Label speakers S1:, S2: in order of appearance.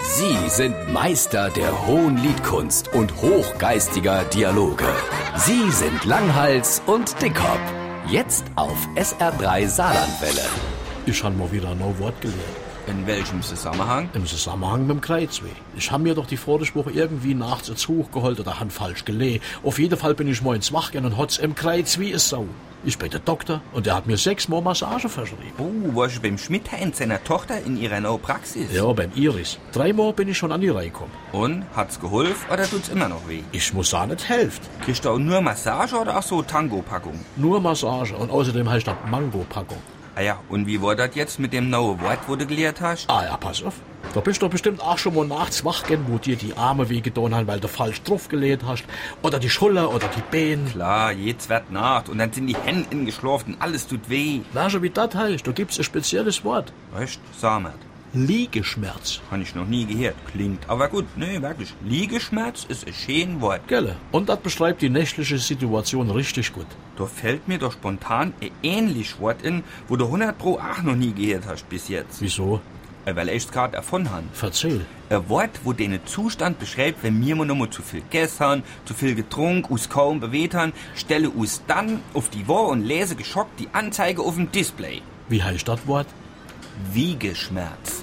S1: Sie sind Meister der hohen Liedkunst und hochgeistiger Dialoge. Sie sind Langhals und Dickhop. Jetzt auf SR3 Saarlandwelle.
S2: Ich habe mal wieder ein neues Wort gelernt.
S3: In welchem Zusammenhang?
S2: Im Zusammenhang mit dem Kreuzweh. Ich habe mir doch die vorige Woche irgendwie nachts ins Hoch geholt oder han falsch gelegt. Auf jeden Fall bin ich morgens wach geworden und hat's im Kreuzweh ist Sau. Ich bin der Doktor und der hat mir sechsmal Massage verschrieben.
S3: Oh, warst du beim Schmidthein seiner Tochter in ihrer neuen Praxis?
S2: Ja, beim Iris. Dreimal bin ich schon an die Reihe gekommen.
S3: Und, hat's geholfen oder tut's immer noch weh?
S2: Ich muss sagen, es hilft.
S3: Kriegst du auch nur Massage oder auch so Tango-Packung?
S2: Nur Massage und außerdem heißt das Mango-Packung.
S3: Ah ja, und wie war das jetzt mit dem neuen Wort, wo du gelehrt hast?
S2: Ah ja, pass auf. Da bist du bestimmt auch schon mal nachts wach gewesen, wo dir die Arme wehgetan haben, weil du falsch draufgelegt hast. Oder die Schulter oder die Beine.
S3: Klar, jetzt wird Nacht und dann sind die Hände ingeschlafen und alles tut weh.
S2: Weißt du, wie das heißt? Da gibt's ein spezielles Wort.
S3: Weißt, Samert.
S2: Liegeschmerz.
S3: Habe ich noch nie gehört. Klingt aber gut. Nee, wirklich. Liegeschmerz ist ein schönes Wort.
S2: Gelle. Und das beschreibt die nächtliche Situation richtig gut.
S3: Da fällt mir doch spontan ein ähnliches Wort in, wo du 100 Pro auch noch nie gehört hast bis jetzt.
S2: Wieso?
S3: Äh, Weil ich es gerade erfunden habe.
S2: Verzähl.
S3: Ein Wort, wo den Zustand beschreibt, wenn wir noch mal zu viel gegessen haben, zu viel getrunken, uns kaum bewegt haben, stelle uns dann auf die Wahr und lese geschockt die Anzeige auf dem Display.
S2: Wie heißt das Wort?
S3: Wiegeschmerz.